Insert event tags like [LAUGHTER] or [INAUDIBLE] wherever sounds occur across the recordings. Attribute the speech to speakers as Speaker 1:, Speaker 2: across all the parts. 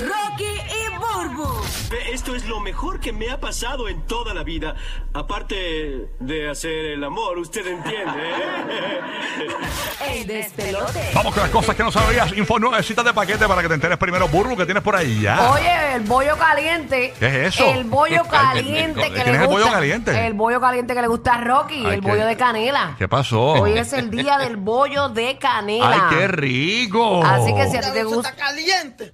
Speaker 1: Rocky y Burbu,
Speaker 2: Esto es lo mejor que me ha pasado en toda la vida. Aparte de hacer el amor, usted entiende. ¿eh?
Speaker 1: el despelote.
Speaker 3: Vamos con las cosas que no sabías. Info 9, citas de paquete para que te enteres primero, burro, que tienes por ahí ya.
Speaker 4: Oye, el bollo caliente.
Speaker 3: ¿Qué es eso?
Speaker 4: El
Speaker 3: [LAUGHS]
Speaker 4: bollo caliente que le gusta.
Speaker 3: ¿Tienes el bollo caliente?
Speaker 4: El bollo caliente que le gusta a Rocky,
Speaker 3: Ay,
Speaker 4: el
Speaker 3: qué-
Speaker 4: bollo de canela.
Speaker 3: ¿Qué pasó?
Speaker 4: Hoy es el día del bollo de
Speaker 3: ¡Ay,
Speaker 4: canela.
Speaker 3: qué rico!
Speaker 4: Así que si a ti te gusta.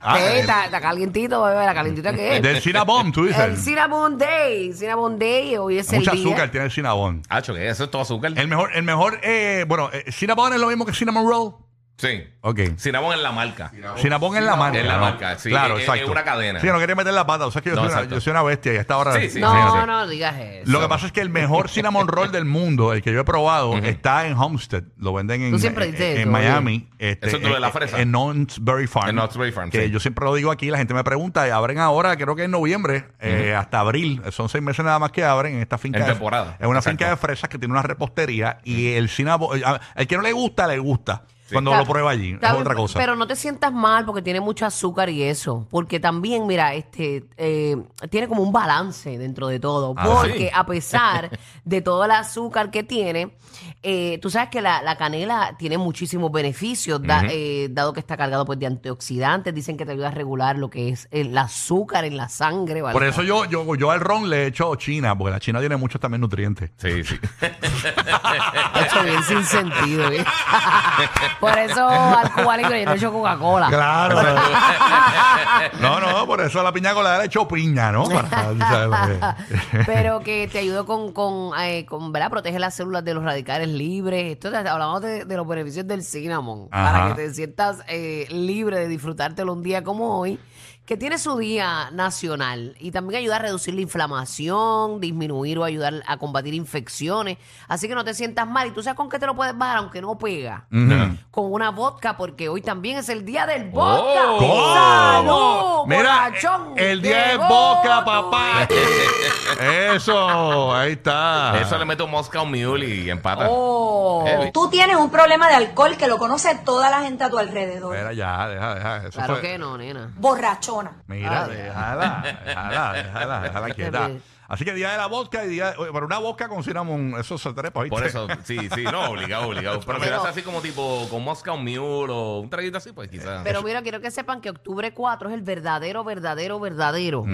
Speaker 3: Ah,
Speaker 4: Sí,
Speaker 3: eh,
Speaker 4: está, está calientito, bebé, la calientita que es.
Speaker 3: Del Cinnabon, tú dices.
Speaker 4: El Cinnamon Day. Cinnamon Day, hoy es
Speaker 3: Mucha
Speaker 4: el día.
Speaker 3: azúcar tiene el Cinnabon.
Speaker 5: Hacho, que eso es todo azúcar.
Speaker 3: El mejor, el mejor, eh, bueno, eh, Cinnabon es lo mismo que Cinnamon Roll.
Speaker 5: Sí.
Speaker 3: Ok.
Speaker 5: Cinnamon en la marca.
Speaker 3: Cinnabon es la marca.
Speaker 5: Es la
Speaker 3: ¿no?
Speaker 5: marca, sí,
Speaker 3: Claro,
Speaker 5: es- es
Speaker 3: exacto.
Speaker 5: una cadena.
Speaker 3: Sí, yo no quería meter la pata. O sea, que yo,
Speaker 5: No,
Speaker 3: soy una,
Speaker 5: exacto.
Speaker 3: yo soy una bestia y hasta ahora.
Speaker 5: Sí, sí.
Speaker 4: No, no digas eso.
Speaker 3: Lo que pasa es que el mejor cinnamon roll del mundo, el que yo he probado, está en Homestead. Lo venden en,
Speaker 4: Tú siempre
Speaker 3: en-
Speaker 4: dices
Speaker 3: en
Speaker 4: eso,
Speaker 3: Miami. Este,
Speaker 5: Eso es lo de la fresa.
Speaker 3: En Knott's Berry Farm.
Speaker 5: En Knott's Berry Farm,
Speaker 3: Que
Speaker 5: sí.
Speaker 3: yo siempre lo digo aquí, la gente me pregunta, y abren ahora, creo que en noviembre, eh, hasta abril. Son seis meses nada más que abren en esta finca.
Speaker 5: En
Speaker 3: de-
Speaker 5: temporada.
Speaker 3: Es una
Speaker 5: Exacto.
Speaker 3: finca de fresas que tiene una repostería y el cinnamon... eh, El que no le gusta, le gusta. Cuando
Speaker 4: Está-
Speaker 3: lo prueba allí.
Speaker 4: está
Speaker 3: Es
Speaker 4: bien,
Speaker 3: otra cosa.
Speaker 4: Pero no te sientas mal porque tiene mucho azúcar y eso. Porque también, mira, este eh, tiene como un balance dentro de todo.
Speaker 3: Ah,
Speaker 4: porque
Speaker 5: sí.
Speaker 4: a
Speaker 3: [LAUGHS]
Speaker 4: pesar de todo el azúcar que tiene, eh, tú sabes que la, la canela tiene muchísimos beneficios, da- eh, dado que está cargado pues, de antioxidantes. Dicen que te ayuda a regular lo que es el azúcar en la sangre. ¿vale?
Speaker 3: Por eso yo, yo, yo al ron le echo china, porque la china tiene muchos también nutrientes.
Speaker 5: Sí, sí.
Speaker 4: Hacho, bien sin sentido.
Speaker 3: [LAUGHS]
Speaker 4: ¿eh? [LAUGHS] Por eso al cubano yo le echo Coca-Cola.
Speaker 3: Claro. [LAUGHS] no, no, por eso a la piña colada le echó piña, ¿no? Para-
Speaker 4: [LAUGHS]
Speaker 3: [LAUGHS] ¿sabes? Porque- [LAUGHS]
Speaker 4: pero que te ayudó con, con, eh, con ¿verdad? Protege las células de los radicales libres. Esto, te- hablamos de, de los beneficios del cinnamon,
Speaker 3: Ajá.
Speaker 4: para que te sientas eh, libre de disfrutártelo un día como hoy, que tiene su día nacional y también ayuda a reducir la inflamación, disminuir o ayudar a combatir infecciones. Así que no te sientas mal y tú sabes con qué te lo puedes bajar, aunque no pega.
Speaker 3: Ujú.
Speaker 4: Con una vodka, porque hoy también es el día del vodka.
Speaker 5: Oh.
Speaker 4: ¡Salud!
Speaker 3: Mira,
Speaker 4: borrachón!
Speaker 3: el día es
Speaker 4: Llegó
Speaker 3: boca,
Speaker 4: tu
Speaker 3: papá. Eso, ahí está.
Speaker 5: Eso le meto Moscow Mule y empata.
Speaker 4: Oh.
Speaker 5: Eh,
Speaker 6: Tú tienes un problema de alcohol que lo conoce toda la gente a tu alrededor.
Speaker 3: Espera, ya, deja, deja. Eso
Speaker 4: Claro
Speaker 3: fue-
Speaker 4: que no, nena.
Speaker 6: Borrachona.
Speaker 3: Mira,
Speaker 4: Ah,
Speaker 3: déjala, déjala, déjala, déjala
Speaker 4: [LAUGHS]
Speaker 3: quieta.
Speaker 4: bien.
Speaker 3: Así que día de la vodka y día. oye, Pero una vodka con cinnamon, eso se trepa, ¿viste?
Speaker 5: Por eso, sí, sí, no, obligado, obligado. Pero si lo haces así como tipo con Moscow Mule o un traguito así, pues quizás.
Speaker 4: Pero mira, quiero que sepan que octubre 4 es el verdadero, verdadero, verdadero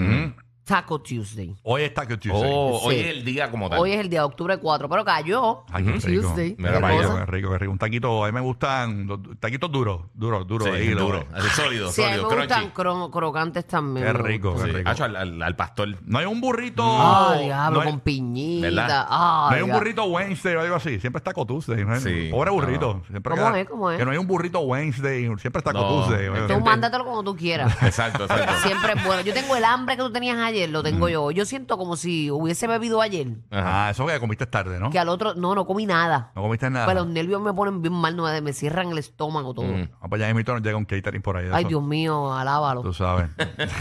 Speaker 4: Taco Tuesday.
Speaker 3: Hoy está que tú
Speaker 5: Oh,
Speaker 4: Sí.
Speaker 5: hoy es el día como tal.
Speaker 4: Hoy es el día de octubre 4, pero cayó.
Speaker 3: Ay, qué rico.
Speaker 4: Tuesday.
Speaker 3: Mira,
Speaker 5: Qué
Speaker 3: para allá,
Speaker 5: cosa.
Speaker 3: qué rico, qué rico. Un taquito, a mí me gustan los taquitos duros, duros, duros.
Speaker 5: Sí,
Speaker 3: de hilo,
Speaker 5: duro.
Speaker 3: eh.
Speaker 5: Así, sólido,
Speaker 4: Sí, a mí
Speaker 5: sólido,
Speaker 4: me gustan
Speaker 5: crunchy.
Speaker 4: cro- crocantes también.
Speaker 3: Qué
Speaker 4: me
Speaker 3: rico,
Speaker 4: gustan.
Speaker 3: qué
Speaker 5: Sí,
Speaker 3: rico.
Speaker 5: hacho, al, al- al pastor.
Speaker 3: No hay un burrito.
Speaker 4: Ah, diablo,
Speaker 3: no hay-
Speaker 4: con piñita.
Speaker 5: ¿Verdad?
Speaker 3: No
Speaker 4: Ah,
Speaker 3: hay un
Speaker 4: diablo.
Speaker 3: burrito Wednesday o algo así. Siempre está Cotuesday. ¿no?
Speaker 5: Sí,
Speaker 3: Pobre
Speaker 5: no.
Speaker 3: burrito. Siempre
Speaker 4: ¿Cómo es? ¿Cómo es?
Speaker 3: Que no hay un burrito Wednesday. Siempre está
Speaker 5: No.
Speaker 3: Cotuesday.
Speaker 5: Tú
Speaker 4: Tú mándatelo como tú quieras.
Speaker 3: [LAUGHS]
Speaker 5: Exacto, exacto.
Speaker 4: Siempre es bueno. Yo tengo el hambre que tú tenías ayer, lo tengo yo. Yo siento como si hubiese bebido ayer,
Speaker 5: Ajá.
Speaker 3: Ah, eso que comiste tarde, ¿no?
Speaker 4: que al otro, no, no comí nada.
Speaker 3: No comiste nada.
Speaker 4: Pues los nervios me ponen bien mal, no me- me cierran el estómago todo.
Speaker 5: Mm.
Speaker 3: Ah, pues ya mismo nos llega un catering por ahí. de
Speaker 4: Ay,
Speaker 3: eso.
Speaker 4: Dios mío, alábalo.
Speaker 3: Tú sabes.
Speaker 5: [LAUGHS]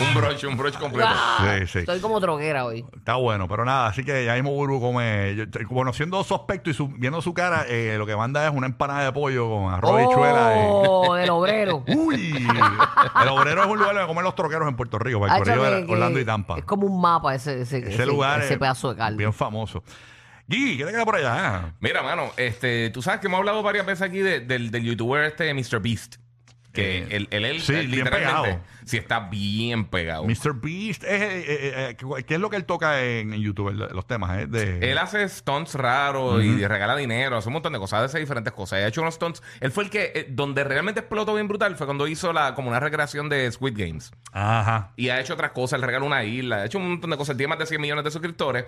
Speaker 5: Un broche, un broche completo.
Speaker 3: sí, sí.
Speaker 4: ¡Ah! Estoy como droguera hoy.
Speaker 3: Está bueno, pero nada, así que ya mismo Burbu come. yo- t- conociendo su aspecto y su- viendo su cara, eh, lo que manda es una empanada de pollo con arroz y chuela.
Speaker 4: Oh, el
Speaker 3: [LAUGHS]
Speaker 4: obrero.
Speaker 3: ¡Uy! El obrero es un lugar donde comen los troqueros en Puerto Rico, para el
Speaker 4: Hacho,
Speaker 3: corrido de
Speaker 4: que- que
Speaker 3: Orlando y Tampa.
Speaker 4: Es como un mapa ese, ese,
Speaker 3: Ese
Speaker 4: ese-
Speaker 3: lugar
Speaker 4: ese
Speaker 3: es
Speaker 4: pedazo de carne.
Speaker 3: bien famoso. Gui, ¿qué te queda por allá?
Speaker 5: Mira, mano, este, tú sabes que hemos hablado varias veces aquí de- del, del youtuber este Mr. Beast. Que
Speaker 3: Eh,
Speaker 5: él, él, él
Speaker 3: sí, bien pegado.
Speaker 5: sí está bien pegado.
Speaker 3: Mr. Beast, es, eh, eh, eh, ¿qué es lo que él toca en, en YouTube? el- Los temas, ¿eh? De,
Speaker 5: Él hace stunts raros y regala dinero, hace un montón de cosas, hace diferentes cosas. Ha hecho unos stunts. Él fue el que, eh, donde realmente explotó bien brutal, fue cuando hizo la, como una recreación de Squid Games.
Speaker 3: Ajá.
Speaker 5: Y ha hecho otras cosas, él regaló una isla, ha hecho un montón de cosas, tiene más de 100 millones de suscriptores.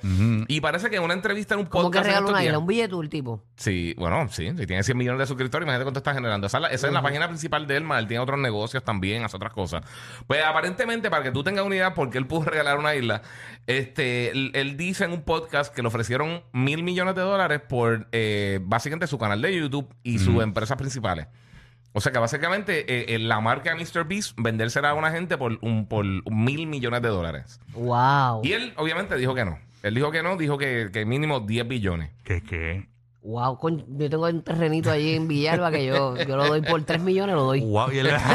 Speaker 5: Y parece que en una entrevista en un
Speaker 4: Como
Speaker 5: podcast.
Speaker 4: que
Speaker 5: en
Speaker 4: regala
Speaker 5: estos
Speaker 4: una
Speaker 5: días-
Speaker 4: isla, un billete el tipo.
Speaker 5: Sí, bueno, sí, si tiene 100 millones de suscriptores, imagínate cuánto está generando. Esa, es la- esa es la página principal de él, armas, él tiene otros negocios también, hace otras cosas. Pues aparentemente, para que tú tengas una idea, porque él pudo regalar una isla, este, él, él dice en un podcast que le ofrecieron mil millones de dólares por eh, básicamente su canal de YouTube y sus empresas principales. O sea que básicamente eh, eh, la marca Mr. Beast vendérsela a una gente por, un, por mil millones de dólares.
Speaker 4: Wow.
Speaker 5: Y él obviamente dijo que no. Él dijo que no, dijo que, que mínimo 10 billones.
Speaker 3: ¿Qué, qué?
Speaker 4: Wow. coño, yo tengo un terrenito allí en Villalba que yo, yo lo doy por 3 millones, lo doy.
Speaker 3: Guau,
Speaker 4: [LAUGHS]
Speaker 3: y él... [LAUGHS]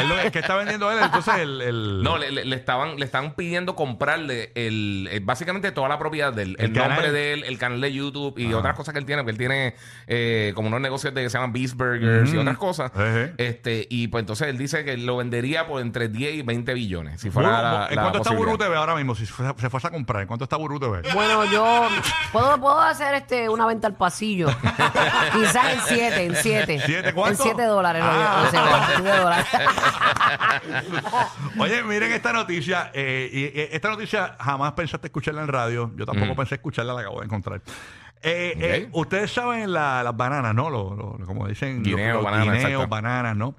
Speaker 3: Él lo- es que está vendiendo él, entonces el... el-
Speaker 5: No, le, le- le estaban, le estaban pidiendo comprarle el, el- básicamente toda la propiedad del
Speaker 3: El
Speaker 5: el,
Speaker 3: canal.
Speaker 5: nombre de él, el canal de YouTube y
Speaker 3: Ah.
Speaker 5: otras cosas que él tiene, porque él tiene eh, como unos negocios de, que se llaman Beast Burgers y
Speaker 3: Ujú. Eh.
Speaker 5: otras cosas.
Speaker 3: Ejé.
Speaker 5: Este, y pues entonces él dice que lo vendería por entre 10 y 20 billones. Si
Speaker 3: Buru-
Speaker 5: fuera la-
Speaker 3: ¿En
Speaker 5: la
Speaker 3: cuánto está Buru
Speaker 5: posibilidad.
Speaker 3: TV ahora mismo? Si fuera- se fuese a comprar, ¿en cuánto está Buru TV?
Speaker 4: Bueno, yo puedo, puedo hacer este una venta al
Speaker 3: [LAUGHS]
Speaker 4: pasillo. Quizás en 7, en 7.
Speaker 3: ¿Siete cuánto?
Speaker 4: En 7 dólares,
Speaker 3: Ah.
Speaker 4: lo, o sea, 29 dólares. [LAUGHS]
Speaker 3: Oye, miren esta noticia. eh, y, y esta noticia jamás pensaste escucharla en radio. Yo
Speaker 5: Mm.
Speaker 3: tampoco pensé escucharla, la acabo de encontrar. Eh, eh, ustedes saben la- las bananas, ¿no? Lo- lo- lo- como dicen,
Speaker 5: Guineo,
Speaker 3: los- los
Speaker 5: banana,
Speaker 3: guineos,
Speaker 5: exacto.
Speaker 3: bananas, ¿no?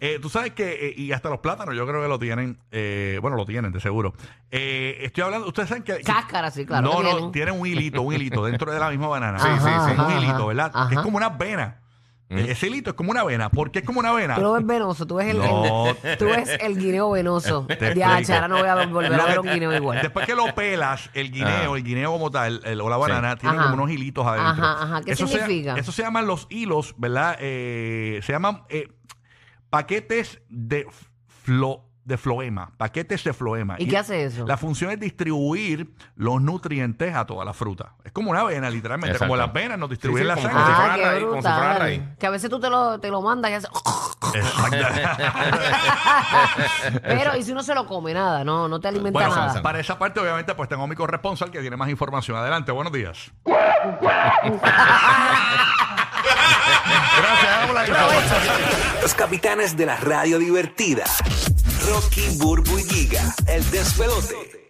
Speaker 3: Eh, Tú sabes que, eh, y hasta los plátanos, yo creo que lo tienen, eh, bueno, lo tienen, de seguro. Eh, estoy hablando, ustedes saben que...
Speaker 4: Cáscara, sí, claro
Speaker 3: No,
Speaker 4: que
Speaker 3: no,
Speaker 4: tienen.
Speaker 3: tienen un hilito, un hilito dentro de la misma banana.
Speaker 5: [LAUGHS] Sí, sí, sí.
Speaker 3: Un
Speaker 4: Ajá,
Speaker 3: hilito,
Speaker 4: ajá,
Speaker 3: ¿verdad?
Speaker 4: ajá.
Speaker 3: Es como una vena. Ese hilito es como una vena. ¿Por qué es como una vena?
Speaker 4: Tú lo ves venoso, tú ves el,
Speaker 3: No.
Speaker 4: el- tú ves el guineo venoso.
Speaker 3: Te
Speaker 4: Ya,
Speaker 3: explico.
Speaker 4: ahora no voy a volver
Speaker 3: Lo
Speaker 4: a
Speaker 3: que
Speaker 4: ver un
Speaker 3: te-
Speaker 4: guineo igual.
Speaker 3: Después que
Speaker 5: [LAUGHS]
Speaker 3: lo pelas, el guineo,
Speaker 5: Ah.
Speaker 3: el guineo como tal, el- o la banana, tiene
Speaker 4: Ajá.
Speaker 3: como unos hilitos adentro.
Speaker 4: Ajá, ajá. ¿Qué
Speaker 3: se-
Speaker 4: significa?
Speaker 3: eso se llaman los hilos, ¿verdad? Eh, se llaman eh, paquetes de flo- de floema, paquetes de floema.
Speaker 4: ¿Y qué hace eso?
Speaker 3: La función es distribuir los nutrientes a toda la fruta. Es como una vena, literalmente.
Speaker 5: Exacto.
Speaker 3: Como las venas nos distribuyen
Speaker 5: Sí, sí,
Speaker 3: la
Speaker 5: como-
Speaker 3: sangre.
Speaker 5: como
Speaker 4: Ah,
Speaker 5: si fuera
Speaker 4: qué
Speaker 5: raíz, como si fuera raíz.
Speaker 4: brutal. Que a veces tú te lo, te lo mandas y
Speaker 3: [LAUGHS]
Speaker 4: haces...
Speaker 5: [LAUGHS]
Speaker 4: Pero, ¿y si uno se lo come nada? No, no te alimenta
Speaker 3: Bueno,
Speaker 4: nada.
Speaker 3: para esa parte, obviamente, pues tengo a mi corresponsal que tiene más información. Adelante, buenos días. Gracias, Aula.
Speaker 7: Los capitanes de la radio divertida. Rocky, Burbu y Giga. El despelote.